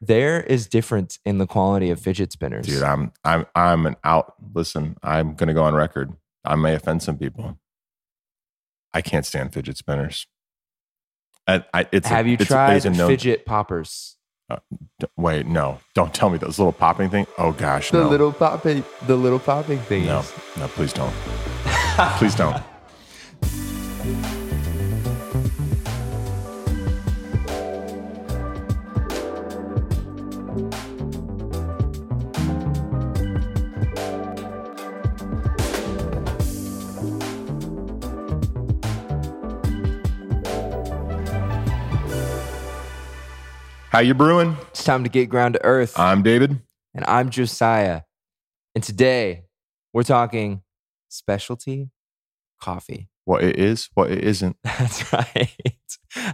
there is difference in the quality of fidget spinners. Dude, I'm I'm I'm an out. Listen, I'm gonna go on record. I may offend some people. I can't stand fidget spinners. I, I, it's a- Have you it's a- tried it's a known- fidget poppers? D- Wait, no, don't tell me those little popping thing. Oh gosh, The no, little popping, the little popping things. no, no, please don't, please don't. How you brewing? It's time to get ground to earth. I'm David. and I'm Josiah. And today we're talking specialty coffee. What it is, what it isn't. That's right.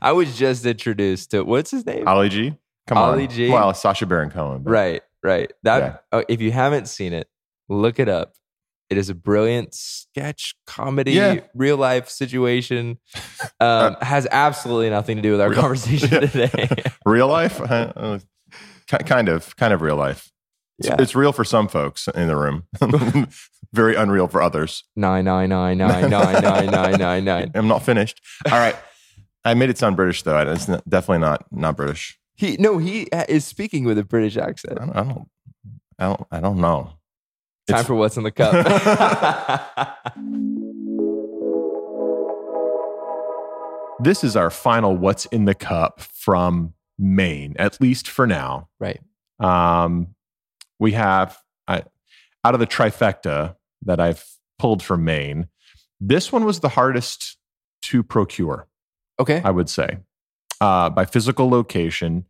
I was just introduced to what's his name? Ollie G. Come Ollie on. G. Well, Sasha Baron Cohen. but- Right, right. That oh, if you haven't seen it, look it up. It is a brilliant sketch comedy, Yeah. Uh, real life situation. Um, has absolutely nothing to do with our Real- conversation Yeah. today. real life? Uh, uh, ki- kind of, kind of real life. It's, yeah. it's real for some folks in the room, very unreal for others. Nine nine nine nine nine nine nine nine nine. I'm not finished. All right. I made it sound British, though. and It's not, definitely not not British. He no, he uh, is speaking with a British I accent. don't, I don't, I don't, I don't know. Time It's- for what's in the cup. This is our final What's in the Cup from Maine, at least for now. Right. Um, we have, I, out of the trifecta that I've pulled from Maine, this one was the hardest to procure, okay. I would say, uh, by physical location.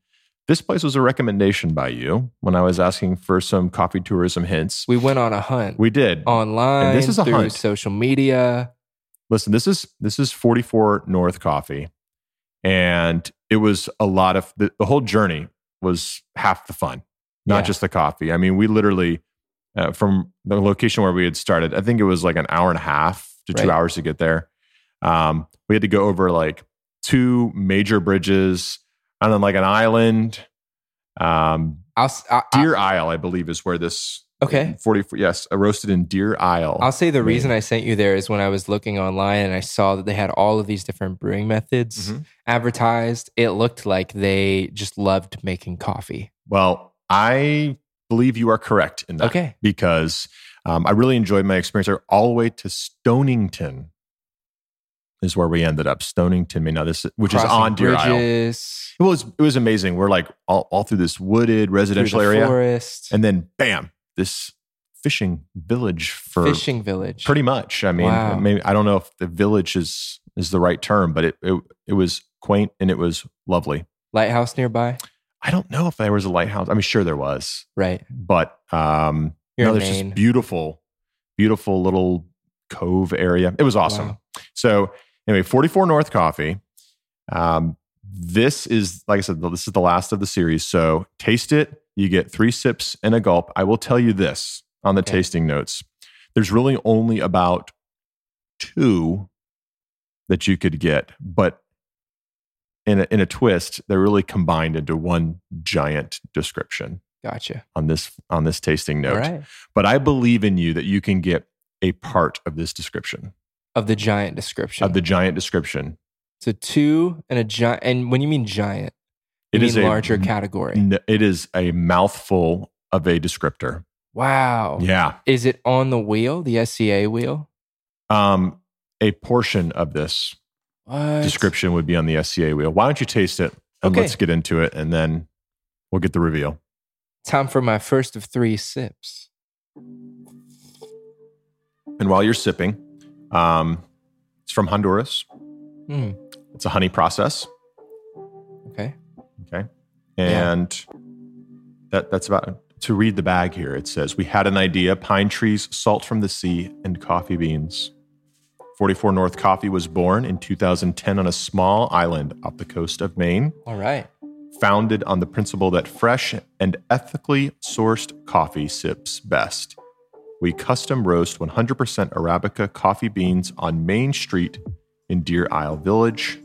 This place was a recommendation by you when I was asking for some coffee tourism hints. We went on a hunt We did. online. And this is a through hunt. social media. listen this is this is 44 north coffee and it was a lot of the, the whole journey was half the fun not Yeah. just the coffee i mean we literally uh, from the location where we had started i think it was like an hour and a half to two Right. hours to get there um, we had to go over like two major bridges and then like an island um, I'll, s- I- I- deer isle i believe is where this Okay. 44 yes roasted in deer isle I'll say the Maybe. reason I sent you there is when I was looking online and I saw that they had all of these different brewing methods Mhm. advertised. It looked like they just loved making coffee. well i believe you are correct in that Okay. because um, I really enjoyed my experience there all the way to Stonington is where we ended up. Stonington, Maine. Now this, which is Crossing on Deer Isle. bridges, It was it was amazing. We're like all, all through this wooded through residential the area, forest, and then bam, this fishing village for fishing village. pretty much. I mean, Wow. maybe I don't know if the village is is the right term, but it it, it was quaint and it was lovely. lighthouse nearby. I don't know if there was a lighthouse. I mean, sure there was, Right. but um, You're no, in there's Maine. just beautiful, beautiful little cove area. It was awesome. Wow. So anyway, 44 North Coffee. Um, this is like I said, this is the last of the series. So taste it. You get three sips and a gulp. I will tell you this on the Okay. tasting notes. There's really only about two that you could get, but in a, in a twist, they're really combined into one giant description Gotcha. on this on this tasting note All right. but I believe in you that you can get a part of this description Of the giant description. of the giant description. so two and a giant. And when you mean giant, you It mean is a- larger category. N- It is a mouthful of a descriptor. Wow. Yeah. Is it on the wheel, the SCA wheel? Um, a portion of this What? description would be on the SCA wheel. Why don't you taste it and Okay. let's get into it and then we'll get the reveal. Time for my first of three sips. And while you're sipping, um, it's from Honduras. Hmm. It's a honey process. Okay. Okay. Yeah. And that that's about to read the bag here. It says we had an idea, pine trees, salt from the sea, and coffee beans. 44 North Coffee was born in 2010 on a small island off the coast of Maine, All right. founded on the principle that fresh and ethically sourced coffee sips best. We custom roast 100% Arabica coffee beans on Main Street in Deer Isle Village.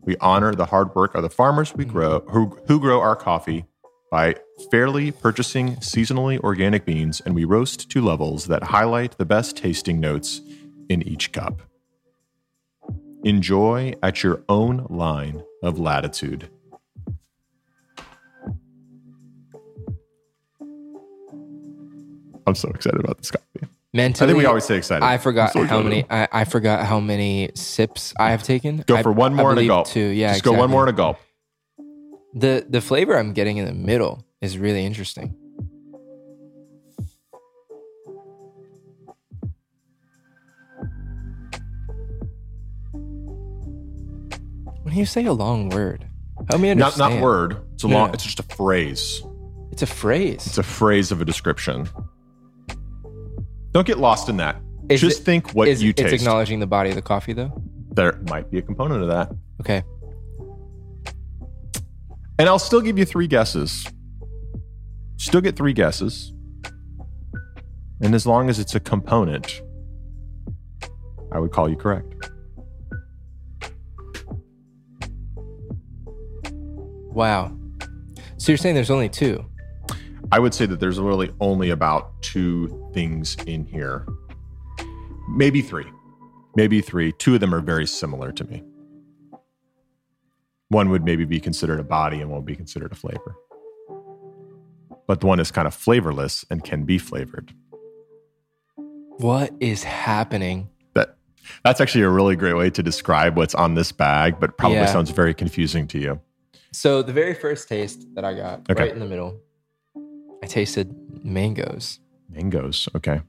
We honor the hard work of the farmers we grow who, who grow our coffee by fairly purchasing seasonally organic beans, and we roast to levels that highlight the best tasting notes in each cup. Enjoy at your own line of latitude. I'm so excited about this coffee. I Mentally, think we always say excited. I forgot So how excited. many. I, I forgot how many sips I have taken. Go I- for one I more and a believe gulp. Two. Yeah. Just go one more and a gulp. a- the the flavor I'm getting in the middle is really interesting. When you say a long word, help me Not understand. not word. It's a No, long. no. It's just a phrase. It's a phrase. It's a phrase of a description. Don't get lost in that. Is just it- think what is, you it's taste. acknowledging the body of the coffee, though. There might be a component of that. Okay. And I'll still give you three guesses. Still get three guesses. And as long as it's a component, I would call you correct. Wow. So you're saying there's only two? I would say that there's really only about two things in here. Maybe three. Maybe three. Two of them are very similar to me. One would maybe be considered a body and one would be considered a flavor. But one is kind of flavorless and can be flavored. What is happening? That that's actually a really great way to describe what's on this bag, but probably Yeah. sounds very confusing to you. So the very first taste that I got, Okay. right in the middle, I tasted mangoes. Mangoes, okay.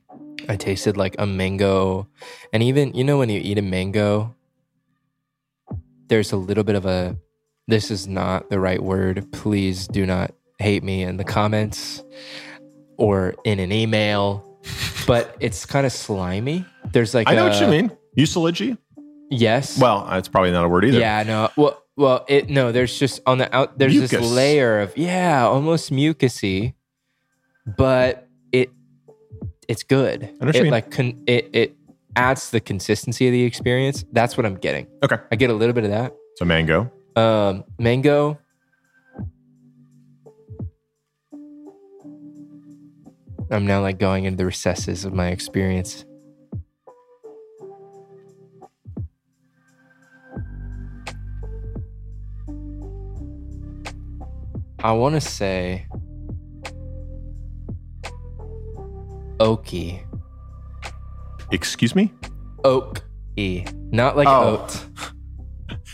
I tasted like a mango, and even you know when you eat a mango, there's a little bit of a. This is not the right word. Please do not hate me in the comments or in an email. But it's kind of slimy. There's like I know what you a- mean. Usology? Yes. Well, it's probably not a word either. Yeah, no. Well, well, it no. There's just on the out. There's this Mucus. layer of yeah, almost mucusy, but it it's good. I know what it you mean. like con- it it adds to the consistency of the experience. That's what I'm getting. Okay. I get a little bit of that. So mango. Um, mango. I'm now like going into the recesses of my experience. I want to say oaky, Excuse me? oak e, not like Oh. oat.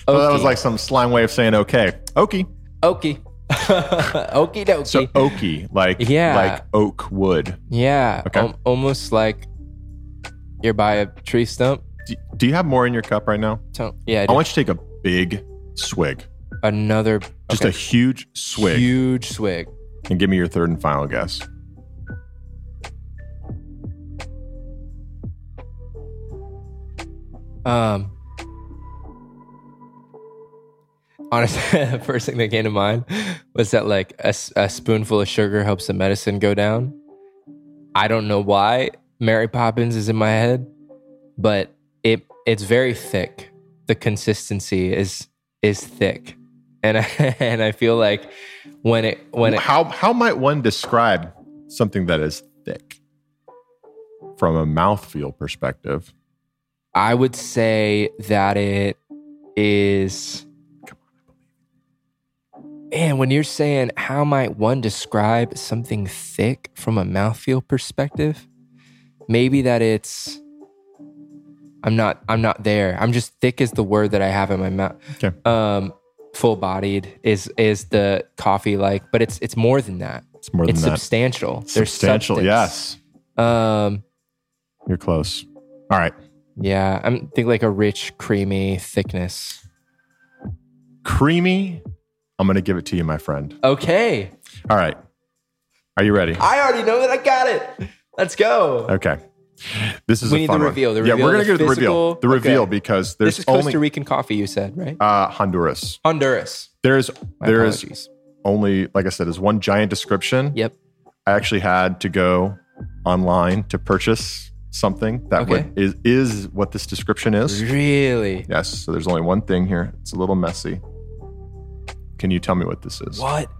So that was Oaky. like some slang way of saying okay. Oaky. oaky, okie dokie. So oaky, like Yeah. like oak wood. yeah, Okay. al- almost like you're by a tree stump. Do, do you have more in your cup right now? Don't- yeah, I dude. want you to take a big swig. another Just okay, a huge swig huge swig. and give me your third and final guess. Um, honestly, the first thing that came to mind was that like a, s- a spoonful of sugar helps the medicine go down. I don't know why Mary Poppins is in my head, but it it's very thick. The consistency is is thick, and I, and I feel like when it when it how how might one describe something that is thick from a mouthfeel perspective? I would say that it is. Man, when you're saying how might one describe something thick from a mouthfeel perspective, maybe that it's. I'm not. I'm not there. I'm just thick is the word that I have in my mouth. Okay. Um, full bodied is is the coffee like, but it's it's more than that. It's more it's than that. substantial. There's Substantial, substance. yes. Um. You're close. All right. Yeah, I'm think like a rich, creamy thickness. Creamy. I'm gonna give it to you, my friend. Okay, All right. Are you ready? I already know that I got it. Let's go. Okay. This is We a need fun the one. reveal, the yeah, reveal, we're gonna the go to the reveal. physical- The reveal okay. because This there's is only Costa Rican coffee. You said right? uh, Honduras. Honduras. There is My there is apologies. only like I said, there's one giant description. Yep. I actually had to go online to purchase something that Okay. would, is is what this description is. Really? Yes. So there's only one thing here. It's a little messy. Can you tell me what this is? What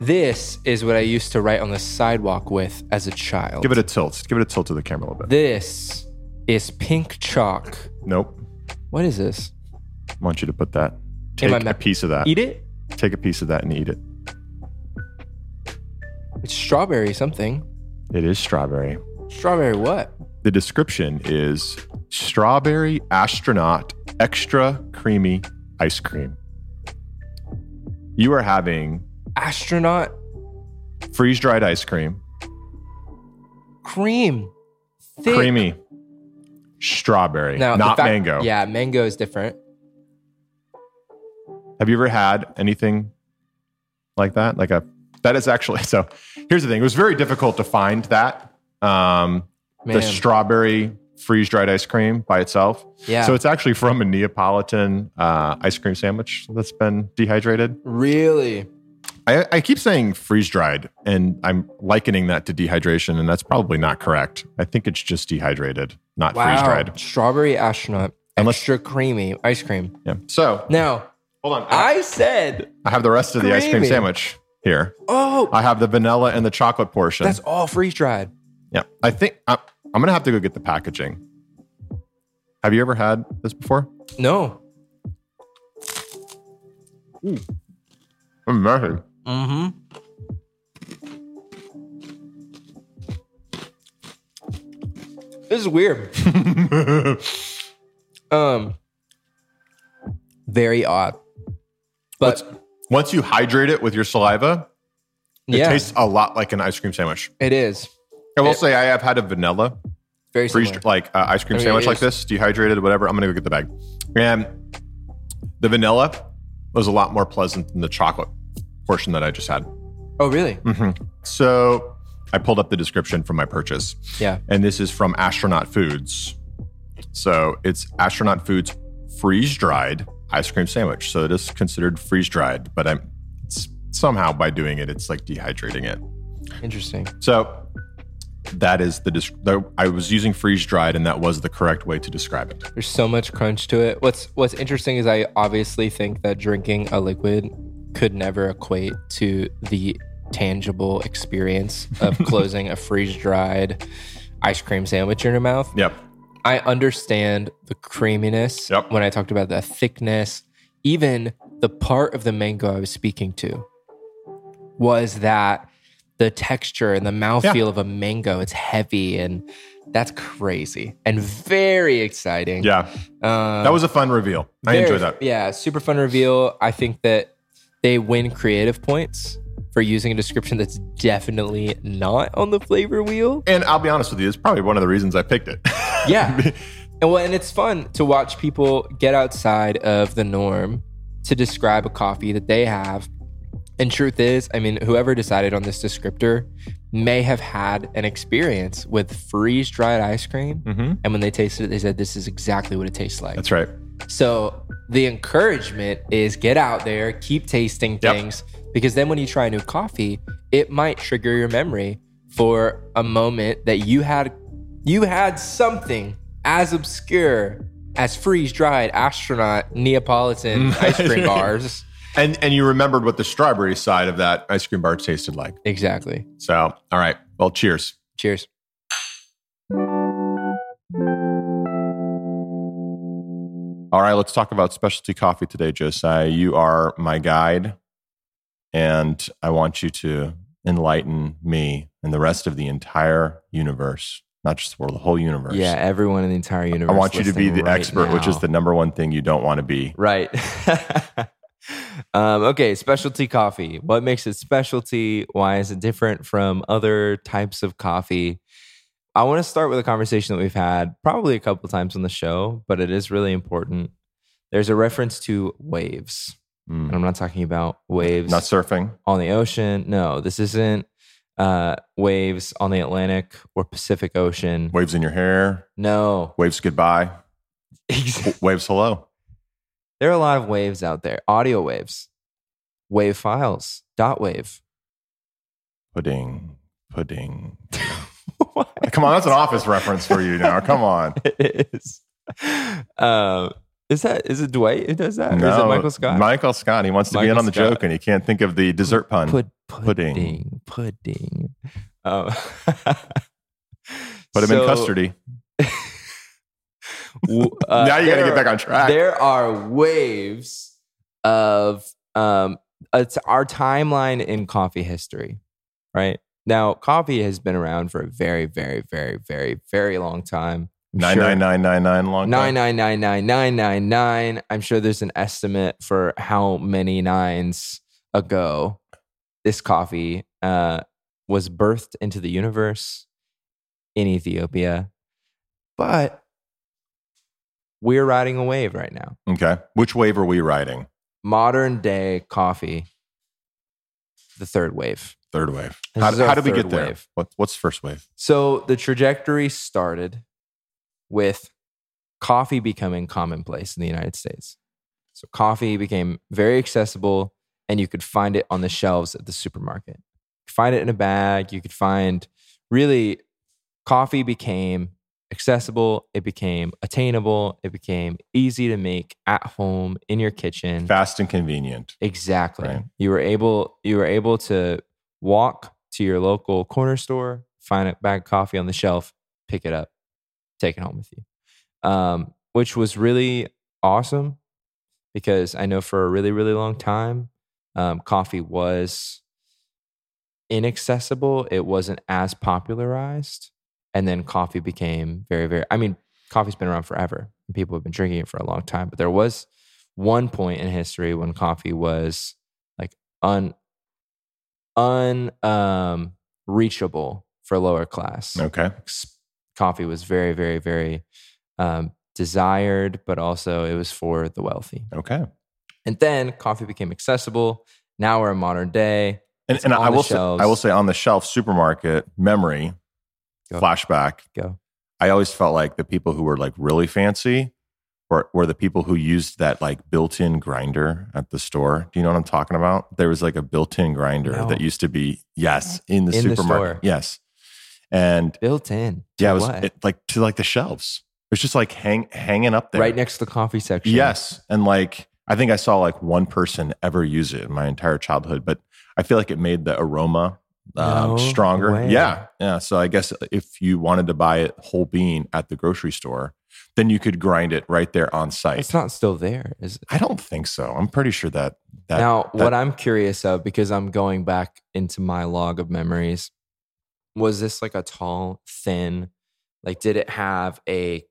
This is what I used to write on the sidewalk with as a child. Give it a tilt. Give it a tilt to the camera a little bit. This is pink chalk. Nope. What is this? I want you to put that. In Take my a mouth. piece of that. Eat it? Take a piece of that and eat it. It's strawberry something. It is strawberry. Strawberry what? The description is strawberry astronaut extra creamy ice cream. You are having Astronaut freeze dried ice cream, cream. Thick. creamy, strawberry, Now, the not fact- mango. Yeah, mango is different. Have you ever had anything like that? Like a that is actually so. Here's the thing: it was very difficult to find that um, the Man. strawberry freeze dried ice cream by itself. yeah. So it's actually from a Neapolitan uh, ice cream sandwich that's been dehydrated. really? I, I keep saying freeze dried, and I'm likening that to dehydration, and that's probably not correct. I think it's just dehydrated, not Wow. freeze dried. Strawberry astronaut. Unless- Extra creamy ice cream. Yeah. So Now, hold on, I, I said, I have the rest of the ice cream Creamy. sandwich here. oh, I have the vanilla and the chocolate portion. that's all freeze dried. Yeah, I think I, I'm gonna have to go get the packaging. Have you ever had this before? No. Amazing. Mm hmm. This is weird. um, very odd. But Once you hydrate it with your saliva, it yeah, tastes a lot like an ice cream sandwich. it is I will It- say I have had a vanilla very freeze similar. like uh, ice cream I mean, sandwich it like is- this, dehydrated, whatever. I'm gonna go get the bag. And the vanilla was a lot more pleasant than the chocolate portion that I just had. Mm-hmm. Oh, really? So I pulled up the description from my purchase. Yeah. and this is from Astronaut Foods. So it's Astronaut Foods freeze dried ice cream sandwich. So it is considered freeze dried, but I'm it's somehow by doing it, it's like dehydrating it. Interesting. So that is the, dis- the I was using freeze dried, and that was the correct way to describe it. There's so much crunch to it. What's What's interesting is I obviously think that drinking a liquid could never equate to the tangible experience of closing a freeze dried ice cream sandwich in your mouth. Yep. I understand the creaminess Yep. when I talked about the thickness, even the part of the mango I was speaking to was that the texture and the mouthfeel of a mango. It's heavy and that's crazy and very exciting. Yeah. Um, That was a fun reveal. I very- enjoyed that. Yeah, super fun reveal. I think that they win creative points for using a description that's definitely not on the flavor wheel. And I'll be honest with you, it's probably one of the reasons I picked it. Yeah. and well, and it's fun to watch people get outside of the norm to describe a coffee that they have. And truth is, I mean, whoever decided on this descriptor may have had an experience with freeze dried ice cream. mm-hmm. And when they tasted it, they said, This is exactly what it tastes like. That's right. So the encouragement is get out there, keep tasting Yep. things, because then when you try a new coffee, it might trigger your memory for a moment that you had you had something as obscure as freeze dried astronaut Neapolitan ice cream bars. And and you remembered what the strawberry side of that ice cream bar tasted like. Exactly. So, all right. Well, cheers. Cheers. All right, let's talk about specialty coffee today, Josiah. You are my guide, and I want you to enlighten me and the rest of the entire universe, not just the world, the whole universe. Yeah, everyone in the entire universe. I want you to be listening the right expert, which is now. the number one thing you don't want to be. Right. um, okay, specialty coffee. What makes it specialty? Why is it different from other types of coffee? I want to start with a conversation that we've had probably a couple times on the show, but it is really important. There's a reference to waves. Mm. And I'm not talking about waves Not surfing. on the ocean. No, this isn't uh, waves on the Atlantic or Pacific Ocean. Waves in your hair. No. Waves goodbye. waves hello. There are a lot of waves out there audio waves, wave files, dot wave. Pudding. Pudding. What? Come on, that's an office reference for you now. Come on. It is. Um, Is that is it Dwight who does that? or is it Michael Scott? Michael Scott. He wants to be Michael in on the Scott. joke and he can't think of the dessert pun. Pud- Pudding. pudding. Pudding. Um, Put him in so, custody. w- uh, now you got to there get back on track. There are waves of um, it's our timeline in coffee history, right? Now, coffee has been around for a very, very, very, very, very long time. I'm Nine sure- nine nine nine nine long. time. 9999999. I'm sure there's an estimate for how many nines ago this coffee uh, was birthed into the universe in Ethiopia. But we're riding a wave right now. Okay. Which wave are we riding? Modern day coffee, the third wave. Third wave. This How, is our how did we third get there? wave. What, what's first wave? So the trajectory started with coffee becoming commonplace in the United States. So coffee became very accessible and you could find it on the shelves at the supermarket. You could find it in a bag, you could find really coffee became accessible, it became attainable, it became easy to make at home in your kitchen. Fast and convenient. Exactly. Right. You were able you were able to walk to your local corner store, find a bag of coffee on the shelf, pick it up, take it home with you. Um, which was really awesome because I know for a really, really long time, um, coffee was inaccessible. It wasn't as popularized. And then coffee became very, very, I mean, coffee's been around forever. People have been drinking it for a long time. But there was one point in history when coffee was like un, un, um, reachable for lower class Okay. s- coffee was very, very, very um, desired, but also it was for the wealthy. Okay. And then coffee became accessible. Now we're in modern day. And, It's and on I the will say, shelves. I will say on the shelf supermarket memory Go. flashback. Go. I always felt like the people who were like really fancy were, were the people who used that like built-in grinder at the store. Do you know what I'm talking about? There was like a built-in grinder No. that used to be yes in the In the supermarket. store. yes. And Built in. to yeah, it was what? it, like to like the shelves. It was just like hang hanging up there. right next to the coffee section. Yes. And like, I think I saw like one person ever use it in my entire childhood, but I feel like it made the aroma um, No stronger. way. Yeah. Yeah. So I guess if you wanted to buy it whole bean at the grocery store, then you could grind it right there on site. It's not still there, is it? I don't think so. I'm pretty sure that that now, what that- I'm curious of, because I'm going back into my log of memories, was this like a tall, thin, like did it have a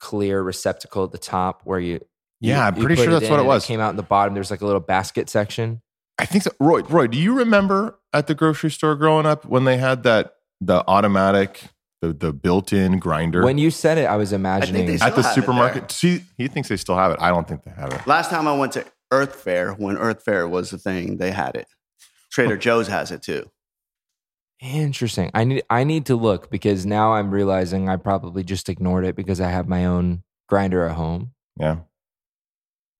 clear receptacle at the top where you yeah, You- I'm you pretty put sure that's in what it and was. came out in the bottom. There's like a little basket section. I think so. Roy, Roy, do you remember at the grocery store growing up when they had that the automatic the the built-in grinder When you said it, I was I imagining. think they at the still have it supermarket? there. See, he thinks they still have it. I don't think they have it. Last time I went to Earth Fair, when Earth Fair was the thing, they had it. Oh. Trader Joe's has it too. Interesting. I need I need to look because now I'm realizing I probably just ignored it because I have my own grinder at home. Yeah.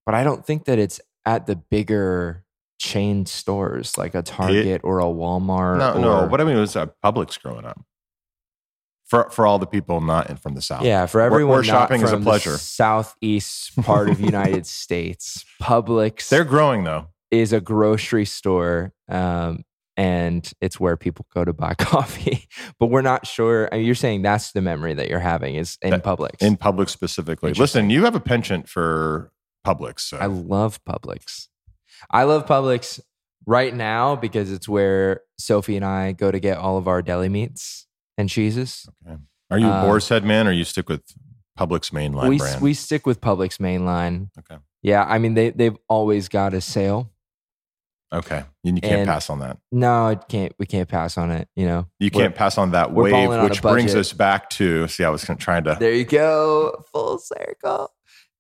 But I don't think that it's at the bigger chain stores like a Target or a Walmart. No, no. or- What I mean was uh, Publix growing up. For for all the people not in, from the south. yeah, for Where- where everyone. not shopping is a from the pleasure. southeast part of United States, Publix. They're growing though. is a grocery store um, and it's where people go to buy coffee but we're not sure I mean, you're saying that's the memory that you're having is in That- publix In Publix specifically. Interesting. Listen, you have a penchant for Publix. So. i love publix i love publix right now because it's where sophie and i go to get all of our deli meats and cheeses are you a uh, Boar's Head man or you stick with Publix mainline we, brand? we stick with publix mainline Okay. yeah i mean they, they've always got a sale okay. And you can't And- pass on that. no it can't we can't pass on it you know You We're- can't pass on that we're wave, balling on a which brings budget. us back to see, I was kinda trying to There you go. Full circle.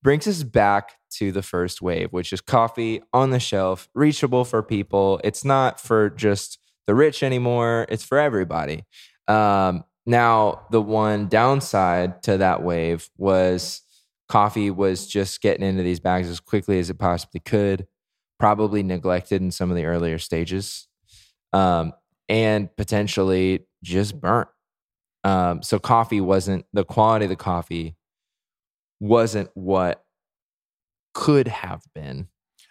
Brings us back to the first wave, which is coffee on the shelf, reachable for people. It's not for just the rich anymore, it's for everybody. Um, now, the one downside to that wave was coffee was just getting into these bags as quickly as it possibly could, probably neglected in some of the earlier stages, um, and potentially just burnt. Um, so coffee wasn't the quality of the coffee wasn't what could have been.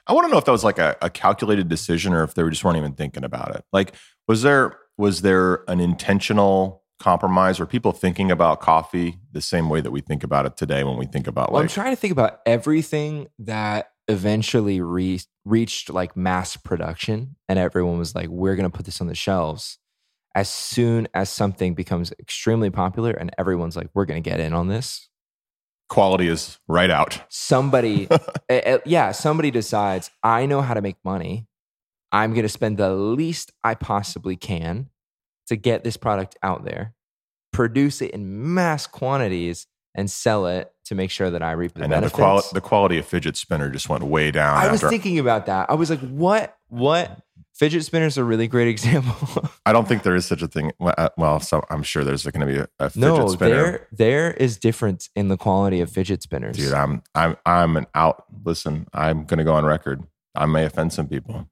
I want to know if that was like a, a calculated decision or if they were just weren't even thinking about it. Like, was there was there an intentional compromise? Were people thinking about coffee the same way that we think about it today when we think about Well, I'm like trying to think about everything that eventually re- reached like mass production, and everyone was like, "We're going to put this on the shelves." As soon as something becomes extremely popular, and everyone's like, "We're going to get in on this," quality is right out? somebody, eh, eh, yeah, somebody decides, "I know how to make money. I'm going to spend the least I possibly can to get this product out there, produce it in mass quantities, and sell it to make sure that I reap the And now the benefits." quality the quality of fidget spinner just went way down. I after, was thinking about that. I was like, what? What? Fidget spinners are a really great example. I don't think there is such a thing. Well, uh, well, so I'm sure there's going to be a, a fidget no, spinner. there there is difference in the quality of fidget spinners. Dude, I'm I'm I'm an out. Listen, I'm gonna go on record. I may offend some people.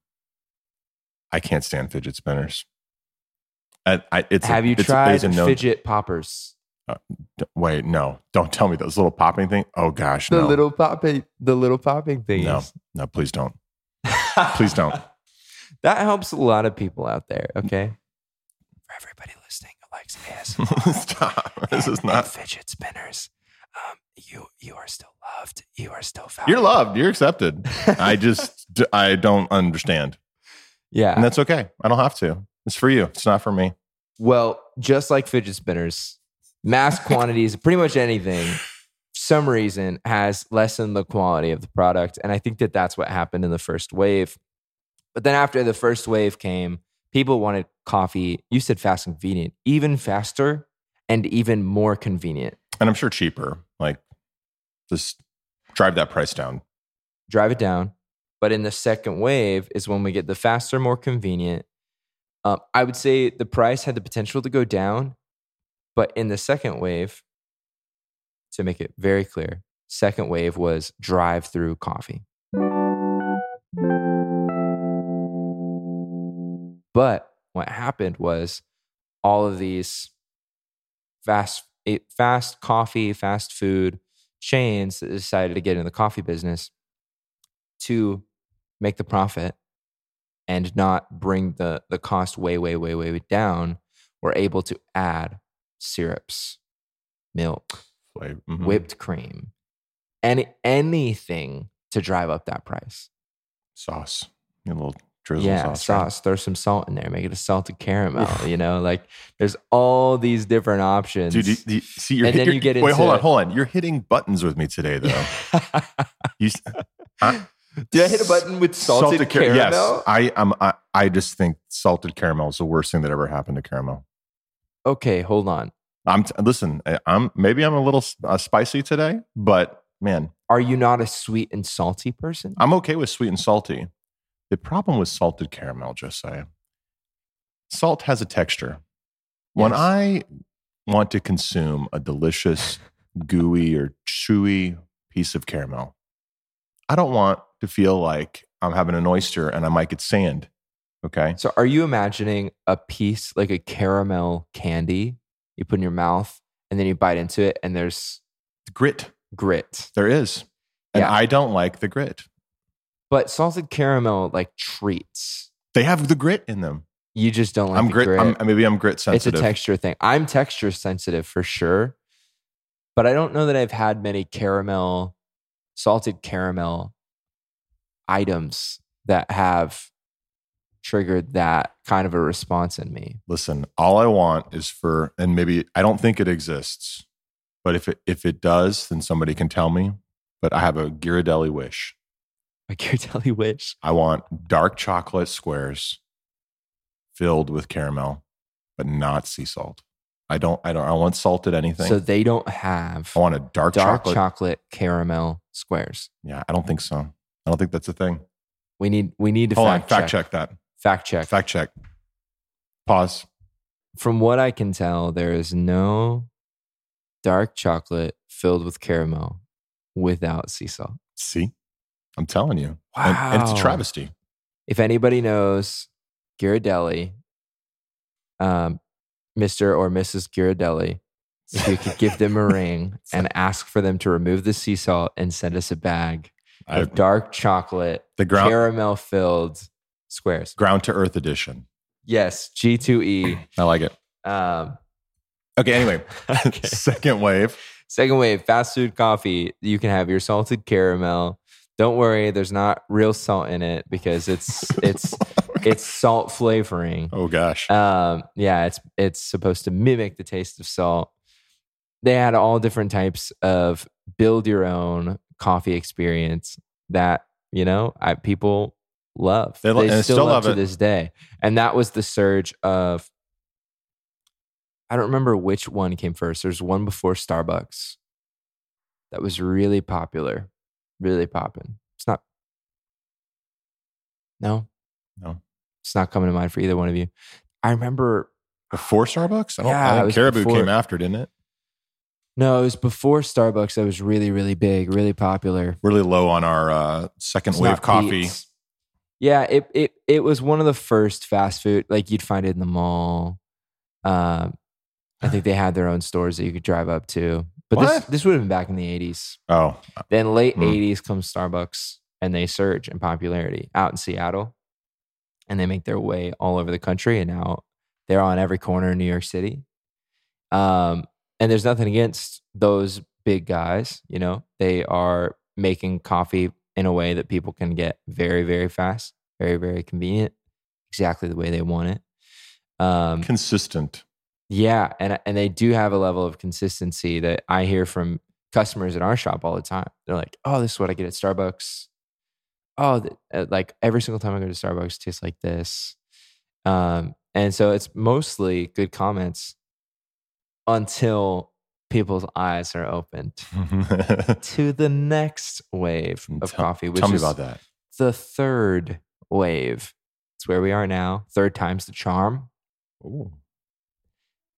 I can't stand fidget spinners. I, I, it's a- Have you it's a- tried it's a known- fidget poppers? d- Wait, no, don't tell me those little popping thing. Oh gosh, no, popping, the little popping things. no, no, please don't, please don't. That helps a lot of people out there. Okay. For everybody listening who likes ASMR, Stop. This and- is and not. fidget spinners. Um, you you are still loved. You are still valued. You're loved. You're accepted. I just d- I don't understand, yeah. and that's okay. I don't have to. It's for you. It's not for me. Well, just like fidget spinners, mass quantities, pretty much anything, for some reason has lessened the quality of the product. And I think that that's what happened in the first wave. But then after the first wave came, people wanted coffee. You said fast and convenient, even faster and even more convenient. And I'm sure cheaper. Like, just drive that price down. drive it down. But in the second wave is when we get the faster, more convenient. Um, I would say the price had the potential to go down, but in the second wave, to make it very clear, second wave was drive through coffee. But what happened was all of these fast, eh, fast coffee, fast food chains that decided to get into the coffee business to make the profit and not bring the the cost way way way way down we're able to add syrups milk Like, mhm. whipped cream any anything to drive up that price sauce. A little drizzle yeah sauce. right? sauce throw some salt in there make it a salted caramel Oof. you know like there's all these different options Dude, you, you- see, you're, And then you're- you get wait, hold into- on, hold on. You're hitting buttons with me today, though. you, s- I- did i hit a button with salted, car- caramel Yes, I, um, I, I just think salted caramel is the worst thing that ever happened to caramel. okay hold on I'm t- listen. I- I'm maybe I'm a little s- uh, spicy today, but man, are you not a sweet and salty person I'm okay with sweet and salty. The problem with salted caramel, Josiah, salt has a texture. When Yes. I want to consume a delicious, gooey, or chewy piece of caramel, I don't want to feel like I'm having an oyster and I might get sand. Okay. So are you imagining a piece like a caramel candy you put in your mouth and then you bite into it and there's Grit, grit. there is. And Yeah. I don't like the grit. But salted caramel like treats. They have the grit in them. You just don't like I'm the grit. grit. I'm, maybe I'm grit it's a sensitive. texture thing. I'm texture sensitive for sure. But I don't know that I've had many caramel salted caramel items that have triggered that kind of a response in me. listen all i want is for and maybe i don't think it exists but if it if it does then somebody can tell me but i have a ghirardelli wish Like your telly wish. i want dark chocolate squares filled with caramel but not sea salt i don't i don't i want salted anything So they don't have i want a dark, dark chocolate chocolate. caramel squares. yeah i don't think so i don't think that's a thing We need we need to hold fact, on fact check. check. that Fact check. fact check pause From what I can tell, there is no dark chocolate filled with caramel without sea salt. see i'm telling you and, and it's a Wow. travesty If anybody knows Ghirardelli, um, Mr. or Mrs. Ghirardelli, if you could give them a ring and ask for them to remove the sea salt and send us a bag, of dark chocolate, The ground caramel filled squares. ground to earth edition. Yes, G2E. I like it. Um, Okay, anyway, okay. second wave. Second wave, fast food coffee. You can have your salted caramel. Don't worry, there's not real salt in it because it's it's it's salt flavoring. Oh gosh. Um, yeah, it's it's supposed to mimic the taste of salt. They had all different types of build your own coffee experience that you know I, people love. They lo- and they still love to it. this day, and that was the surge of. I don't remember which one came first. There's one before Starbucks that was really popular, really popping. It's not. No. No. It's not coming to mind for either one of you. I remember Before Starbucks? I don't Yeah, I it think was Caribou before- came after, didn't it? no, it was before Starbucks that was really, really big, really popular. Really low on our uh, second It's wave not coffee. Peet's. Yeah, it it it was one of the first fast food like you'd find it in the mall. Um, I think they had their own stores that you could drive up to. But this What? this would have been back in the eighties. Oh, Then late Hmm. '80s comes Starbucks, and they surge in popularity out in Seattle, and they make their way all over the country, and now they're on every corner in New York City. Um, and there's nothing against those big guys, you know. They are making coffee in a way that people can get very, very fast, very, very convenient, exactly the way they want it. Um, consistent. yeah, and and they do have a level of consistency that I hear from customers at our shop all the time. They're like, "Oh, this is what I get at Starbucks." Oh, th- uh, like every single time I go to Starbucks, it tastes like this. Um, and so it's mostly good comments until people's eyes are opened to the next wave of Mm, Tell- coffee, Mm-hmm. which Tell me is about that. the third wave. It's where we are now. Third time's the charm. Ooh.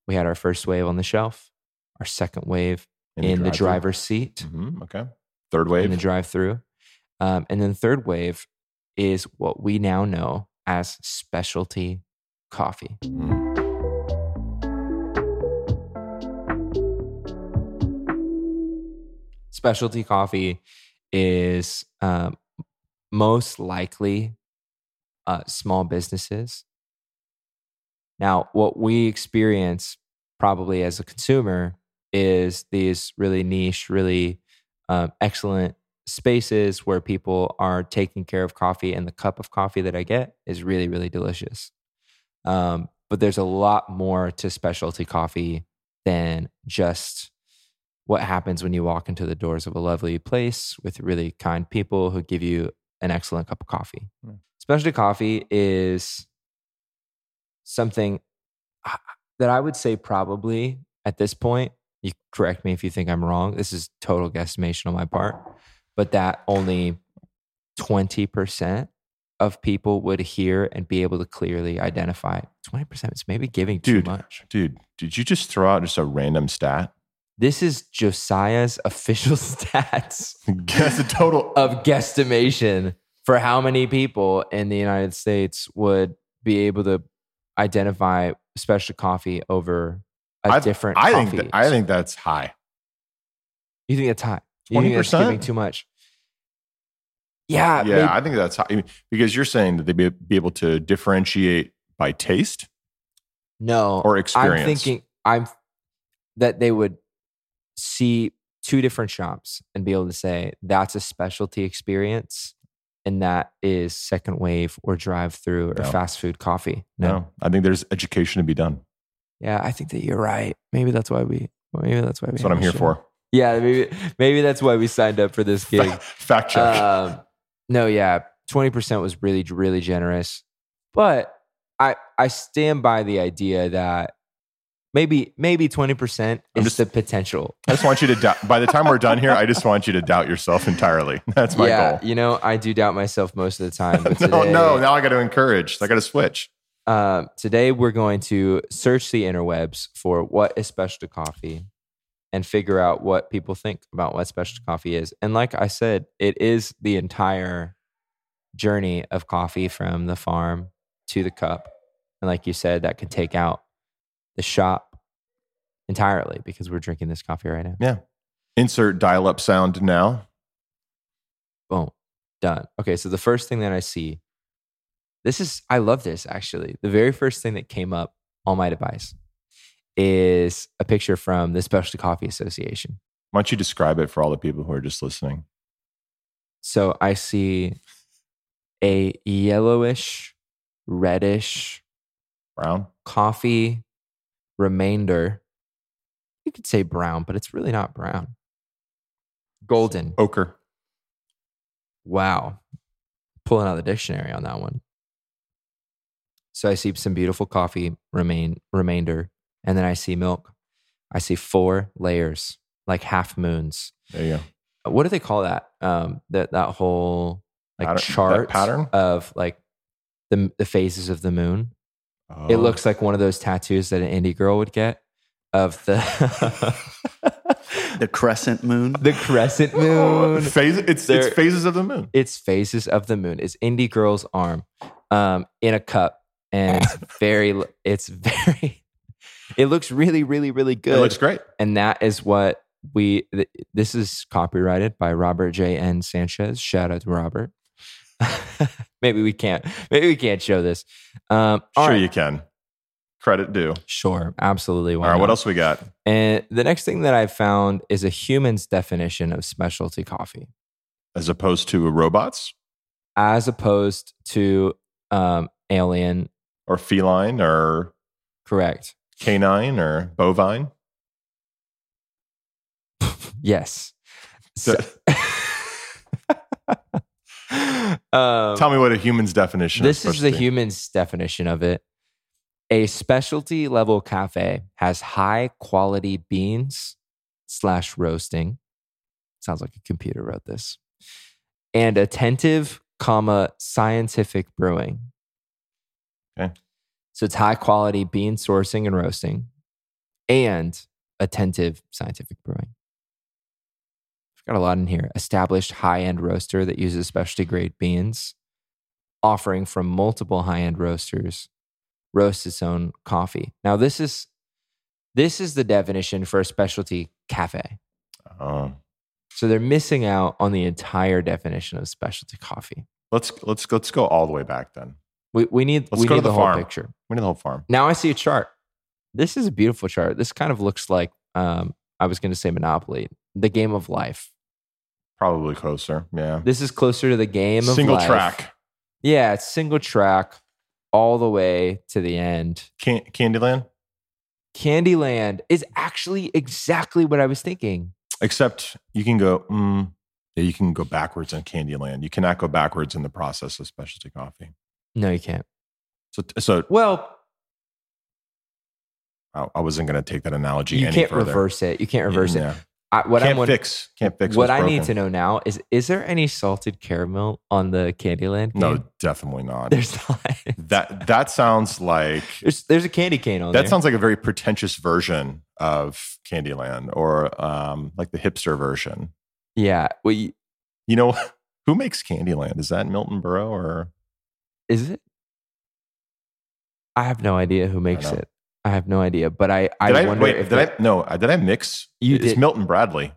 We had our first wave on the shelf, our second wave in, the, drive-thru? driver's seat, Mhm, okay. Third in the wave. drive through. Um, and then third wave is what we now know as specialty coffee. Mm. Specialty coffee is um, most likely uh, small businesses. Now, what we experience probably as a consumer is these really niche, really um, excellent spaces where people are taking care of coffee, and the cup of coffee that I get is really, really delicious. Um, but there's a lot more to specialty coffee than just what happens when you walk into the doors of a lovely place with really kind people who give you an excellent cup of coffee. Mm. Specialty coffee is something uh, that I would say probably at this point, you correct me if you think I'm wrong. This is total guesstimation on my part, but that only 20% of people would hear and be able to clearly identify. 20% is maybe giving Dude. too much. Dude, did you just throw out just a random stat? This is Josiah's official stats Guess the total. of guesstimation for how many people in the United States would be able to identify special coffee over a I- different I coffee. think that, I think that's high. you think that's high. You think that's 20%? giving too much. Yeah, Uh, yeah, maybe- I think that's high I mean, because you're saying that they'd be, be able to differentiate by taste no. or experience. I'm thinking I'm that they would see two different shops and be able to say that's a specialty experience and that is second wave or drive through or No. fast food coffee. no. I think there's education to be done. Yeah, I think that you're right. Maybe that's why we maybe that's why we That's what have I'm this here show. for. Yeah, maybe maybe that's why we signed up for this gig. Fact check. Um, no, yeah, twenty percent was really, really generous, but I I stand by the idea that maybe maybe twenty percent I'm is just- the potential. I just want you to doubt. By the time we're done here, I just want you to doubt yourself entirely. That's my yeah, goal. you know, I do doubt myself most of the time. But no, today, no. Now I got to encourage. I got to switch. Uh, today we're going to search the interwebs for what is specialty coffee and figure out what people think about what specialty coffee is. And like I said, it is the entire journey of coffee from the farm to the cup. And like you said, that could take out the shop entirely because we're drinking this coffee right now. Insert dial-up sound now. Boom. done. Okay, so the first thing that I see, this is, I love this actually. The very first thing that came up on my device is a picture from the Specialty Coffee Association. Why don't you describe it for all the people who are just listening? So I see a yellowish, reddish Brown? coffee remainder. You could say brown, but it's really not brown. Golden. Ochre. Wow. Pulling out the dictionary on that one. So I see some beautiful coffee remain remainder, and then I see milk. I see four layers, like half moons. There you go. What do they call that? Um, that that whole like Pattern- that chart pattern? of like the the phases of the moon. It Oh. looks like one of those tattoos that an indie girl would get of the The crescent moon. the crescent moon. Phase, it's, it's There- phases of the moon. It's phases of the moon. It's indie girl's arm, um, in a cup, and it's very. It's very. It looks really, really, really good. It looks great. and that is what we. Th- this is copyrighted by Robert J. N. Sanchez. Shout out to Robert. maybe we can't. Maybe we can't show this. Um, all sure, right. you can. Credit due. Sure, absolutely. all right, what not? else we got? And the next thing that I found is a human's definition of specialty coffee, As opposed to robots as opposed to um, alien. or feline or Correct. canine or bovine? Yes. So- Um, Tell me what a human's definition this of is the specialty- human's definition of it. A specialty level cafe has high quality beans slash roasting. Sounds like a computer wrote this. And attentive, comma, scientific brewing. Okay. So it's high quality bean sourcing and roasting and attentive scientific brewing. I've got a lot in here. Established high end roaster that uses specialty grade beans offering from multiple high-end roasters roast its own coffee. Now this is this is the definition for a specialty cafe. Oh. So they're missing out on the entire definition of specialty coffee. Let's let's let's go all the way back then. We we need Let's we go to need the the whole farm. picture. We need the whole farm. Now I see a chart. This is a beautiful chart. This kind of looks like um, I was going to say Monopoly, the game of life. Probably closer. Yeah. This is closer to the game of Single life. track. Yeah, it's single track all the way to the end. Can- Candyland? Candyland is actually exactly what I was thinking. Except you can go, mm, yeah, you can go backwards in Candyland. You cannot go backwards in the process of specialty coffee. No, you can't. So, so Well, I, I wasn't going to take that analogy you any can't further. reverse it. You can't reverse it. Yeah. I, what can't I'm wondering- fix. Can't fix. what what's I need broken. to know now is: is there any salted caramel on the Candyland? Cane? No, definitely not. there's not. that that sounds like There's there's a candy cane on that there. sounds like a very pretentious version of Candyland or um, like the hipster version. yeah. Well, you- You know, who makes Candyland? Is that Milton Burrow or is it? I have no idea who makes know. it. I have no idea, but I I did I, wonder wait, if did it- I no? I- Did I mix? You it's did. Milton Bradley.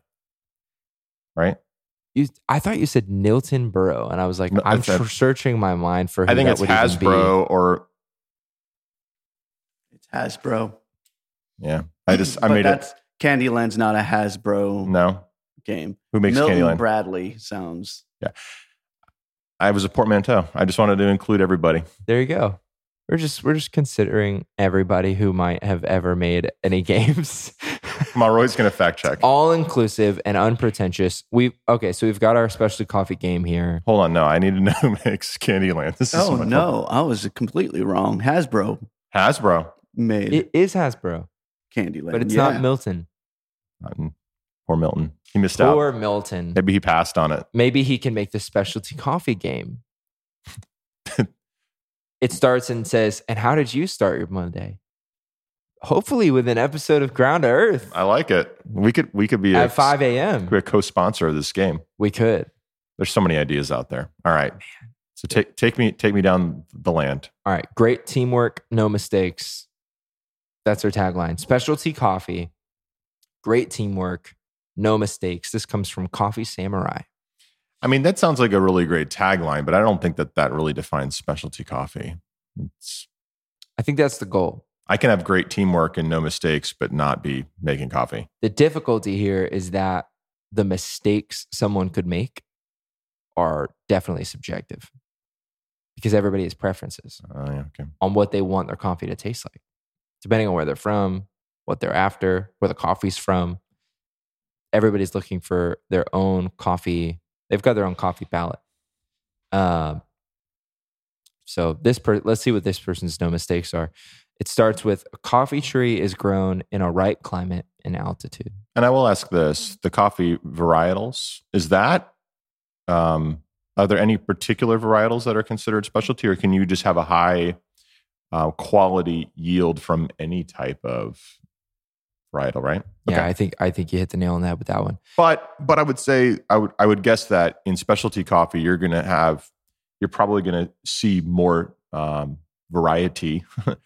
you, I thought you said Nilton Burrow, and I was like, No, I'm that's- tr- searching my mind for. Who I think that it's would even be. Hasbro or It's Hasbro. yeah. I just I But made it. that's, Candyland's not a Hasbro No, game. who makes Milton Candyland? Bradley sounds. I was a portmanteau. I just wanted to include everybody. there you go. We're just we're just considering everybody who might have ever made any games. Come on, Roy's gonna fact check. All inclusive and unpretentious. We okay, so we've got our specialty coffee game here. Hold on, no, I need to know who makes Candyland. This is Oh my fault. no, I was completely wrong. Hasbro Hasbro. made It is Hasbro, Candyland, but it's yeah. not Milton. Um, Poor Milton. He missed out. Poor Milton. Maybe he passed on it. Maybe he can make the specialty coffee game. it starts and says, "And how did you start your Monday?" Hopefully, with an episode of Ground to Earth I like it. We could we could be a, at five a.m. We're a co-sponsor of this game. We could. There's so many ideas out there. All right. So take take me take me down the land. All right. Great teamwork, no mistakes. That's our tagline. Specialty coffee, great teamwork, no mistakes. This comes from Coffee Samurai. I mean, that sounds like a really great tagline, but I don't think that that really defines specialty coffee. It's, I think that's the goal. I can have great teamwork and no mistakes, but not be making coffee. The difficulty here is that the mistakes someone could make are definitely subjective because everybody has preferences Oh, yeah, okay. on what they want their coffee to taste like, depending on where they're from, what they're after, where the coffee's from. Everybody's looking for their own coffee. They've got their own coffee palette. Um, so this per- let's see what this person's no mistakes are. It starts with a coffee tree is grown in a right climate and altitude. And I will ask this: the coffee varietals is that? Um, are there any particular varietals that are considered specialty, or can you just have a high uh, quality yield from any type of varietal? Right? Yeah, I think I think you hit the nail on the head with that one. But but I would say I would I would guess that in specialty coffee you're going to have you're probably going to see more um, variety,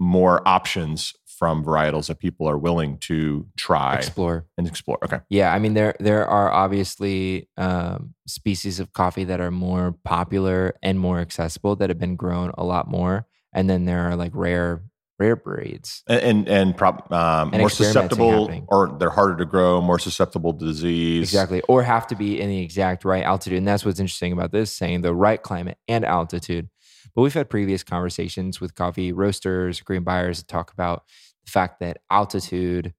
more options from varietals that people are willing to try Explore. and explore. Okay. Yeah, I mean there there are obviously um, species of coffee that are more popular and more accessible that have been grown a lot more, and then there are like rare rare breeds. and and, and prob- um, And more experimenting susceptible happening. or they're harder to grow more susceptible to disease Exactly, or have to be in the exact right altitude, and that's what's interesting about this saying the right climate and altitude. But we've had previous conversations with coffee roasters, green buyers, that talk about the fact that altitude,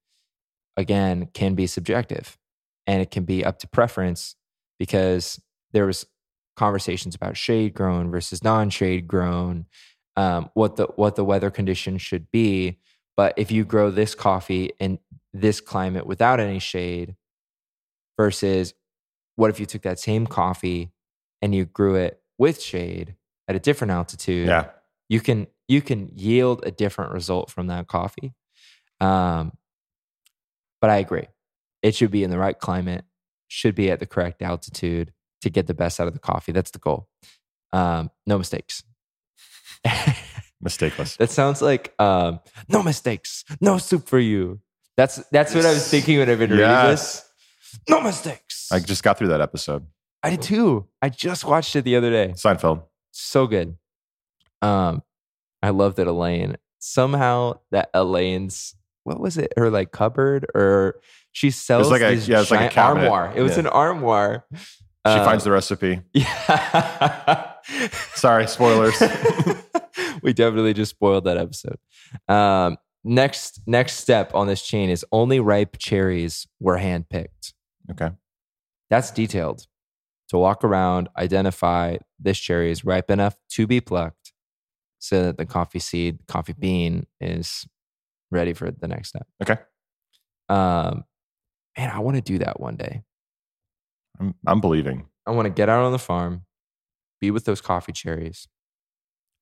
again, can be subjective, and it can be up to preference because there was conversations about shade grown versus non-shade grown, um, what the what the weather conditions should be. But if you grow this coffee in this climate without any shade, versus what if you took that same coffee and you grew it with shade at a different altitude? yeah you can you can yield a different result from that coffee. Um, but I agree, it should be in the right climate, should be at the correct altitude to get the best out of the coffee. That's the goal. Um, no mistakes. mistakeless That sounds like um, no mistakes, no soup for you. That's that's what I was thinking when I've been reading this. No mistakes. i just got through that episode I did too. I just watched it the other day. seinfeld So good. Um, I love that Elaine. Somehow that Elaine's what was it? Her like cupboard or she sells like a- this yeah, it's like a giant cabinet. armoire. It was Yeah. an armoire. Um, she Uh, finds the recipe yeah. sorry spoilers we definitely just spoiled that episode. Um, next next step on this chain is only ripe cherries were handpicked. Okay. That's detailed. To walk around, identify this cherry is ripe enough to be plucked so that the coffee seed, coffee bean is ready for the next step. Okay. Um, man, I want to do that one day. I'm, I'm believing I want to get out on the farm, be with those coffee cherries,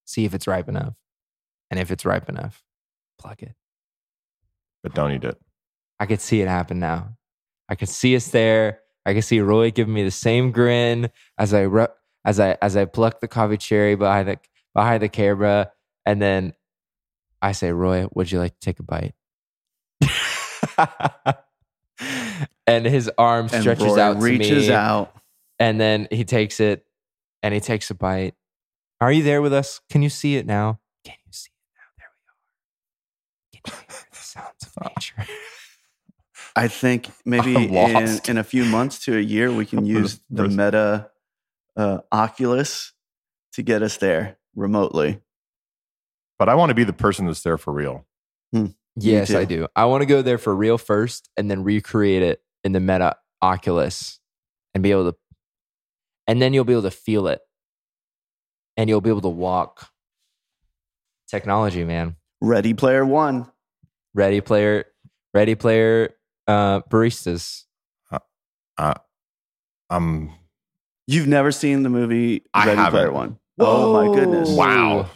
see if it's ripe enough. And if it's ripe enough, pluck it. but don't eat it I could see it happen now. I could see us there. I could see Roy giving me the same grin as I ru- as I as I pluck the coffee cherry behind the behind the camera, and then I say, "Roy, would you like to take a bite?" and his arm And stretches Roy out, to reaches me. out. And then he takes it and he takes a bite. Are you there with us? Can you see it now? Can you see it now? There we are. Can you hear the sounds of nature? I think maybe I'm in, lost. in a few months to a year, we can use the Rose- Meta uh, Oculus to get us there remotely. but i want to be the person that's there for real yes, too. I do. I want to go there for real first and then recreate it in the meta Oculus and be able to, and then you'll be able to feel it and you'll be able to walk. Technology, man. Ready Player One. Ready player, ready player uh, baristas. um You've never seen the movie I Ready haven't. Player One. Oh my goodness! Whoa. wow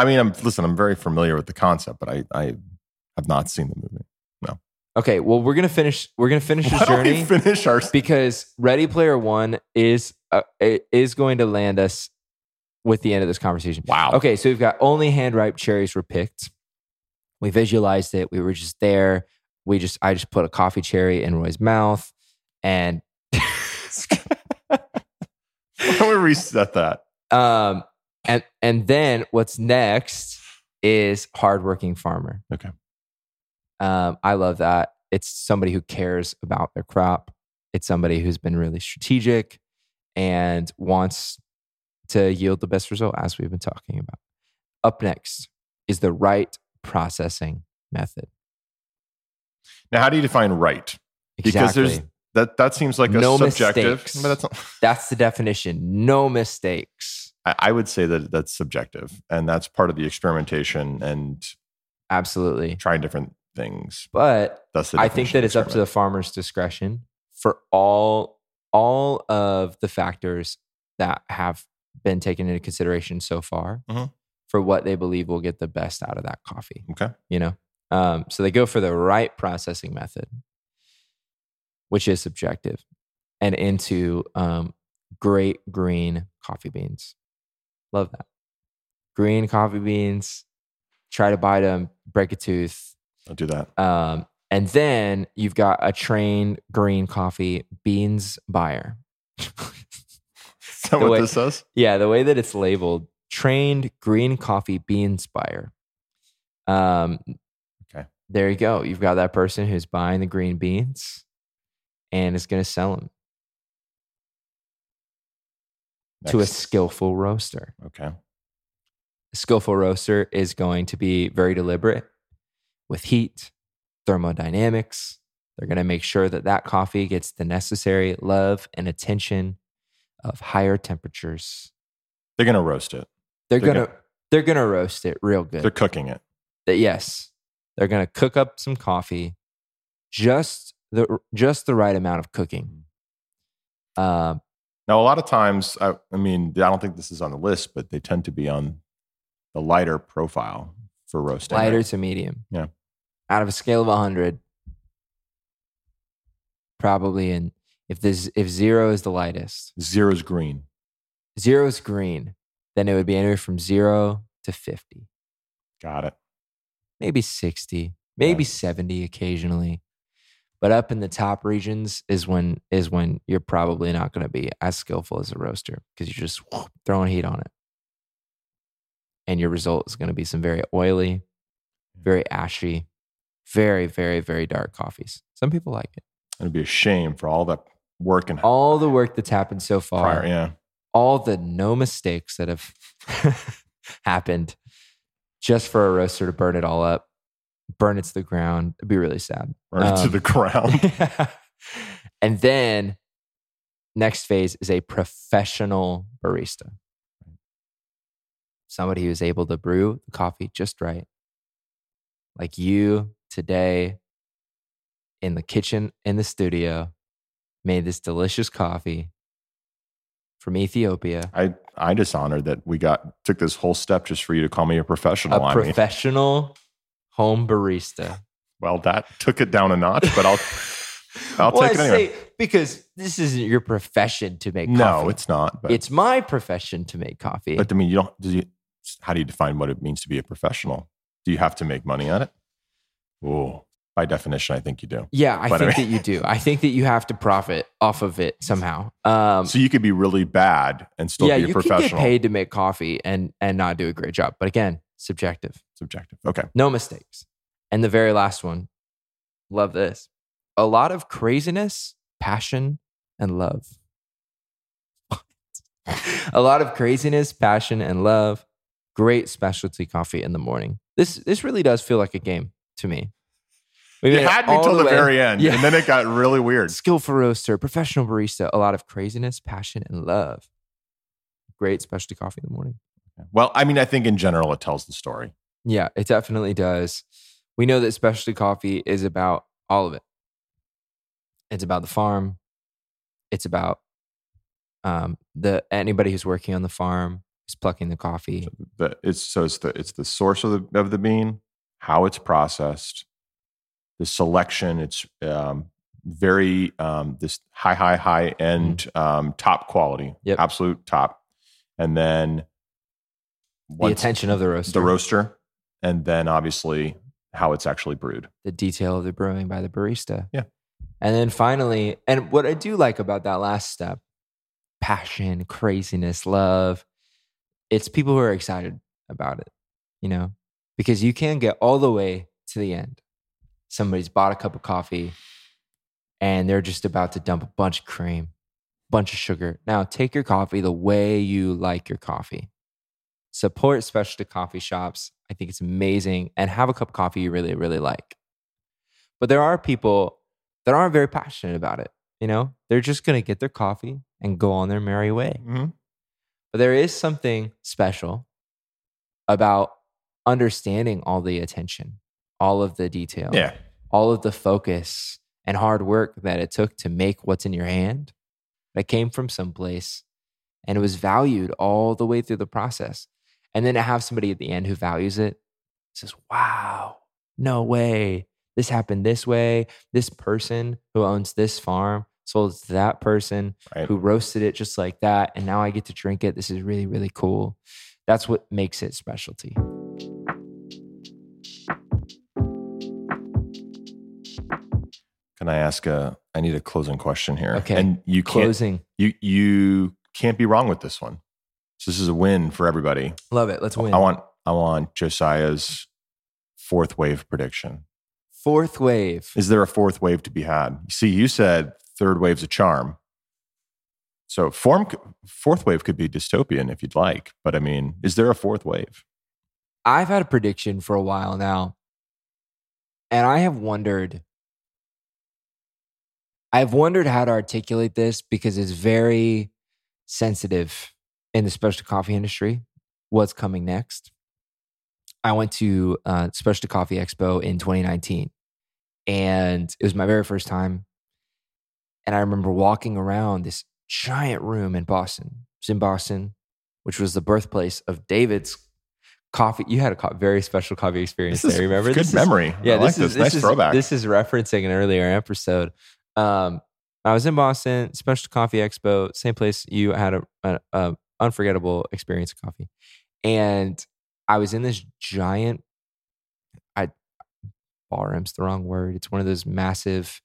i mean i'm listen i'm very familiar with the concept but i i have not seen the movie Okay, well, we're gonna finish. We're gonna finish why this don't journey we finish our because Ready Player One is uh, i- is going to land us with the end of this conversation. wow Okay, so we've got only hand ripe cherries were picked. We visualized it. We were just there. We just I just put a coffee cherry in Roy's mouth, and Can we reset that? Um, and and then what's next is hardworking farmer. Okay. Um, I love that. It's somebody who cares about their crop. It's somebody who's been really strategic and wants to yield the best result, as we've been talking about. Up next is the right processing method. Now, how do you define right? Because Exactly. there's- That that seems like a No subjective. mistakes. But that's not, That's the definition. No mistakes. I, I would say that that's subjective, and that's part of the experimentation and Absolutely. trying different things. But That's the. I think definition that of it's up to the experiment. farmer's discretion for all all of the factors that have been taken into consideration so far Mhm. for what they believe will get the best out of that coffee. Okay. You know, um, so they go for the right processing method, which is subjective, and into um, great green coffee beans. Love that green coffee beans. Try to bite them, break a tooth. Don't do that. Um, and then you've got a trained green coffee beans buyer. Is that The what way- this says? yeah, the way that it's labeled, trained green coffee beans buyer. Um, Okay. There you go. You've got that person who's buying the green beans and is going to sell them to a Next. skillful roaster. Okay. A skillful roaster is going to be very deliberate with heat, thermodynamics. They're going to make sure that that coffee gets the necessary love and attention of higher temperatures. They're gonna roast it. They're, They're going to they're going to roast it real They're good. cooking it. That yes, they're going to cook up some coffee just the just the right amount of cooking. Um Now, a lot of times, I, I mean, I don't think this is on the list, but they tend to be on the lighter profile for roasting. right? lighter to medium. Yeah. Out of a scale of 100, probably in if this if 0 is the lightest, Zero is green. 0 is green, then it would be anywhere from 0 to 50, Got it. maybe 60, maybe Yeah. 70 occasionally. But up in the top regions is when is when you're probably not going to be as skillful as a roaster because you're just whoop, throwing heat on it. And your result is going to be some very oily, very ashy, very, very, very dark coffees. Some people like it. It'd be a shame for all that work and All the work that's happened so far, prior. Yeah. all the no mistakes that have happened just for a roaster to burn it all up, burn it to the ground. It'd be really sad. Burn it to Um, the ground. and then next phase is a professional barista. Somebody who's able to brew the coffee just right. Like you today in the kitchen, in the studio, made this delicious coffee from Ethiopia. I, I dishonored that we got, took this whole step just for you to call me a professional. a I mean, professional home barista. well, that took it down a notch, but I'll, I'll Well, take it I anyway. say- because this isn't your profession to make coffee. No, it's not. But, it's my profession to make coffee. but I mean, you don't, do you, how do you define what it means to be a professional? Do you have to make money at it? Oh, by definition, I think you do. yeah, I but I think mean- that you do. I think that you have to profit off of it somehow. Um, So you could be really bad and still yeah, be a you can professional. get paid to make coffee and and not do a great job. But again, subjective. Subjective. Okay. No mistakes. And the very last one, love this. A lot of craziness, passion, and love. a lot of craziness, passion, and love. Great specialty coffee in the morning. This this really does feel like a game to me. We You made it had me all till the, way- very end, Yeah. and then it got really weird. Skillful roaster, professional barista, a lot of craziness, passion, and love. Great specialty coffee in the morning. Well, I mean, I think in general it tells the story. Yeah, it definitely does. We know that specialty coffee is about all of it. It's about the farm. It's about um, the anybody who's working on the farm who's plucking the coffee. The, it's so it's the it's the source of the of the bean, how it's processed, the selection. It's um, very um, this high, high, high end, um, top quality, Mm-hmm. Yep. absolute top, and then The once- attention of the roaster. the roaster, and then obviously how it's actually brewed. the detail of the brewing by the barista. Yeah. And then finally, and what I do like about that last step passion, craziness, love. It's people who are excited about it, you know, because you can get all the way to the end. Somebody's bought a cup of coffee and they're just about to dump a bunch of cream, bunch of sugar. Now, take your coffee the way you like your coffee. Support specialty coffee shops. I think it's amazing. And have a cup of coffee you really, really like. But there are people that aren't very passionate about it. You know, they're just going to get their coffee and go on their merry way. Mhm. But there is something special about understanding all the attention, all of the detail, Yeah. all of the focus and hard work that it took to make what's in your hand that came from someplace and it was valued all the way through the process. And then to have somebody at the end who values it says, wow, no way. This happened this way. This person who owns this farm sold it to that person Right. who roasted it just like that. And now I get to drink it. This is really, really cool. That's what makes it specialty. Can I ask a? I need a closing question here. Okay. And you can't. Closing. You you can't be wrong with this one. So this is a win for everybody. Love it. Let's win. I want I want Josiah's fourth wave prediction. Fourth wave. Is there a fourth wave to be had? See, you said third wave's a charm. So form fourth wave could be dystopian if you'd like, but I mean, is there a fourth wave? I've had a prediction for a while now, and I have wondered. I've wondered how to articulate this because it's very sensitive in the specialty coffee industry. What's coming next? I went to uh, Specialty Coffee Expo in 2019, and it was my very first time. And I remember walking around this giant room in Boston. It was in Boston, which was the birthplace of David's coffee. You had a co- very special coffee experience there. Remember good This is- memory. yeah, I like this this. is nice is, throwback. This is referencing an earlier episode. Um, I was in Boston, Special Coffee Expo, same place you had a, a, a unforgettable experience of coffee, and I was in this giant. I ballroom's the wrong word. It's one of those massive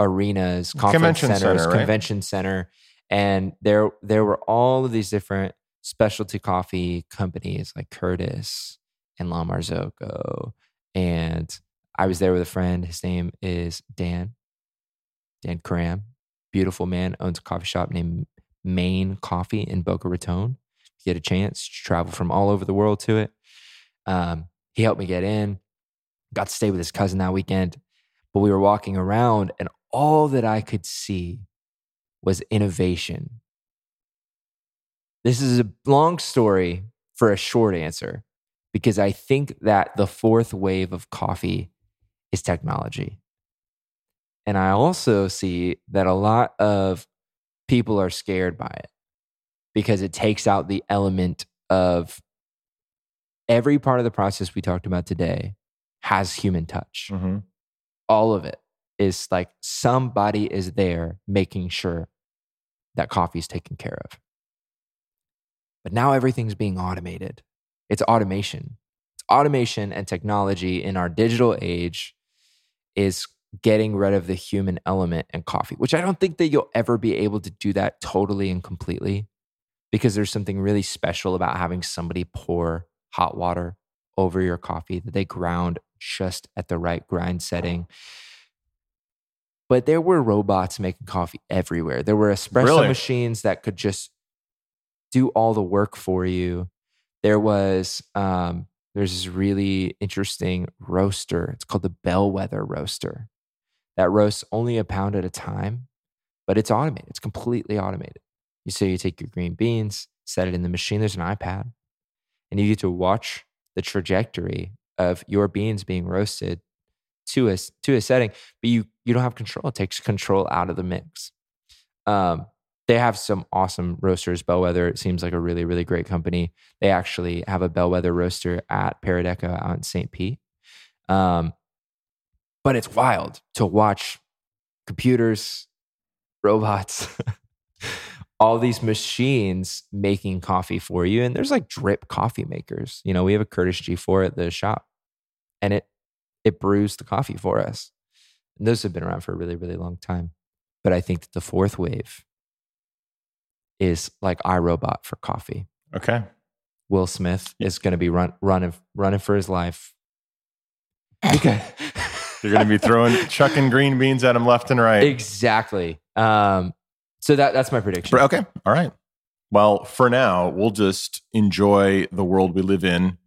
arenas, conference Convention centers, center, right? convention center, and there there were all of these different specialty coffee companies like Curtis and La Marzocco. And I was there with a friend. His name is Dan, Dan Cram. Beautiful man, owns a coffee shop named Maine Coffee in Boca Raton. If you get a chance, you travel from all over the world to it. Um, he helped me get in. Got to stay with his cousin that weekend. But we were walking around, and all that I could see was innovation. This is a long story for a short answer because I think that the fourth wave of coffee is technology. And I also see that a lot of people are scared by it because it takes out the element of every part of the process we talked about today has human touch Mhm. all of it is like somebody is there making sure that coffee is taken care of. But now everything's being automated. It's automation. It's automation and technology in our digital age is getting rid of the human element in coffee, which I don't think that you'll ever be able to do that totally and completely because there's something really special about having somebody pour hot water over your coffee that they ground just at the right grind setting. But there were robots making coffee everywhere. There were espresso Really? machines that could just do all the work for you. There was um, there's this really interesting roaster. It's called the Bellwether Roaster that roasts only a pound at a time, but it's automated. It's completely automated. You so you take your green beans, set it in the machine. There's an iPad, and you get to watch the trajectory of your beans being roasted to a s- to a setting. But you you don't have control. It takes control out of the mix. Um, they have some awesome roasters. Bellwether it seems like a really really great company. They actually have a Bellwether roaster at Paradeco out in St. Pete. Um, but it's wild to watch computers, robots, all these machines making coffee for you. And there's like drip coffee makers. You know, we have a Curtis G4 at the shop and it it brews the coffee for us. And those have been around for a really, really long time. But I think that the fourth wave is like iRobot for coffee. Okay. Will Smith is going to be run, running running for his life. Okay. You're going to be throwing chucking green beans at him left and right. exactly. Um, so that that's my prediction. For- okay. All right. Well, for now, we'll just enjoy the world we live in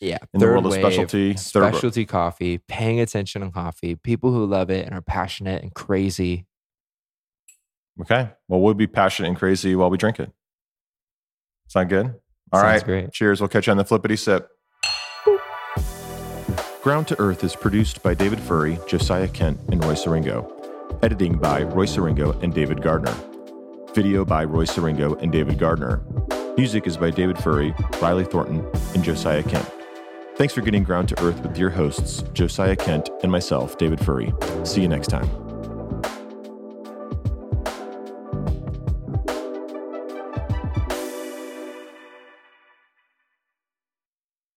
yeah. in the world of wave, specialty. Third- specialty coffee, paying attention on coffee, people who love it and are passionate and crazy. Okay. Well, we'll be passionate and crazy while we drink it. Sound good? All right. Sounds great. Cheers. We'll catch you on the flippity sip. Ground to Earth is produced by David Furry, Josiah Kent, and Roy Saringo. Editing by Roy Saringo and David Gardner. Video by Roy Saringo and David Gardner. Music is by David Furry, Riley Thornton, and Josiah Kent. Thanks for getting Ground to Earth with your hosts, Josiah Kent and myself, David Furry. See you next time.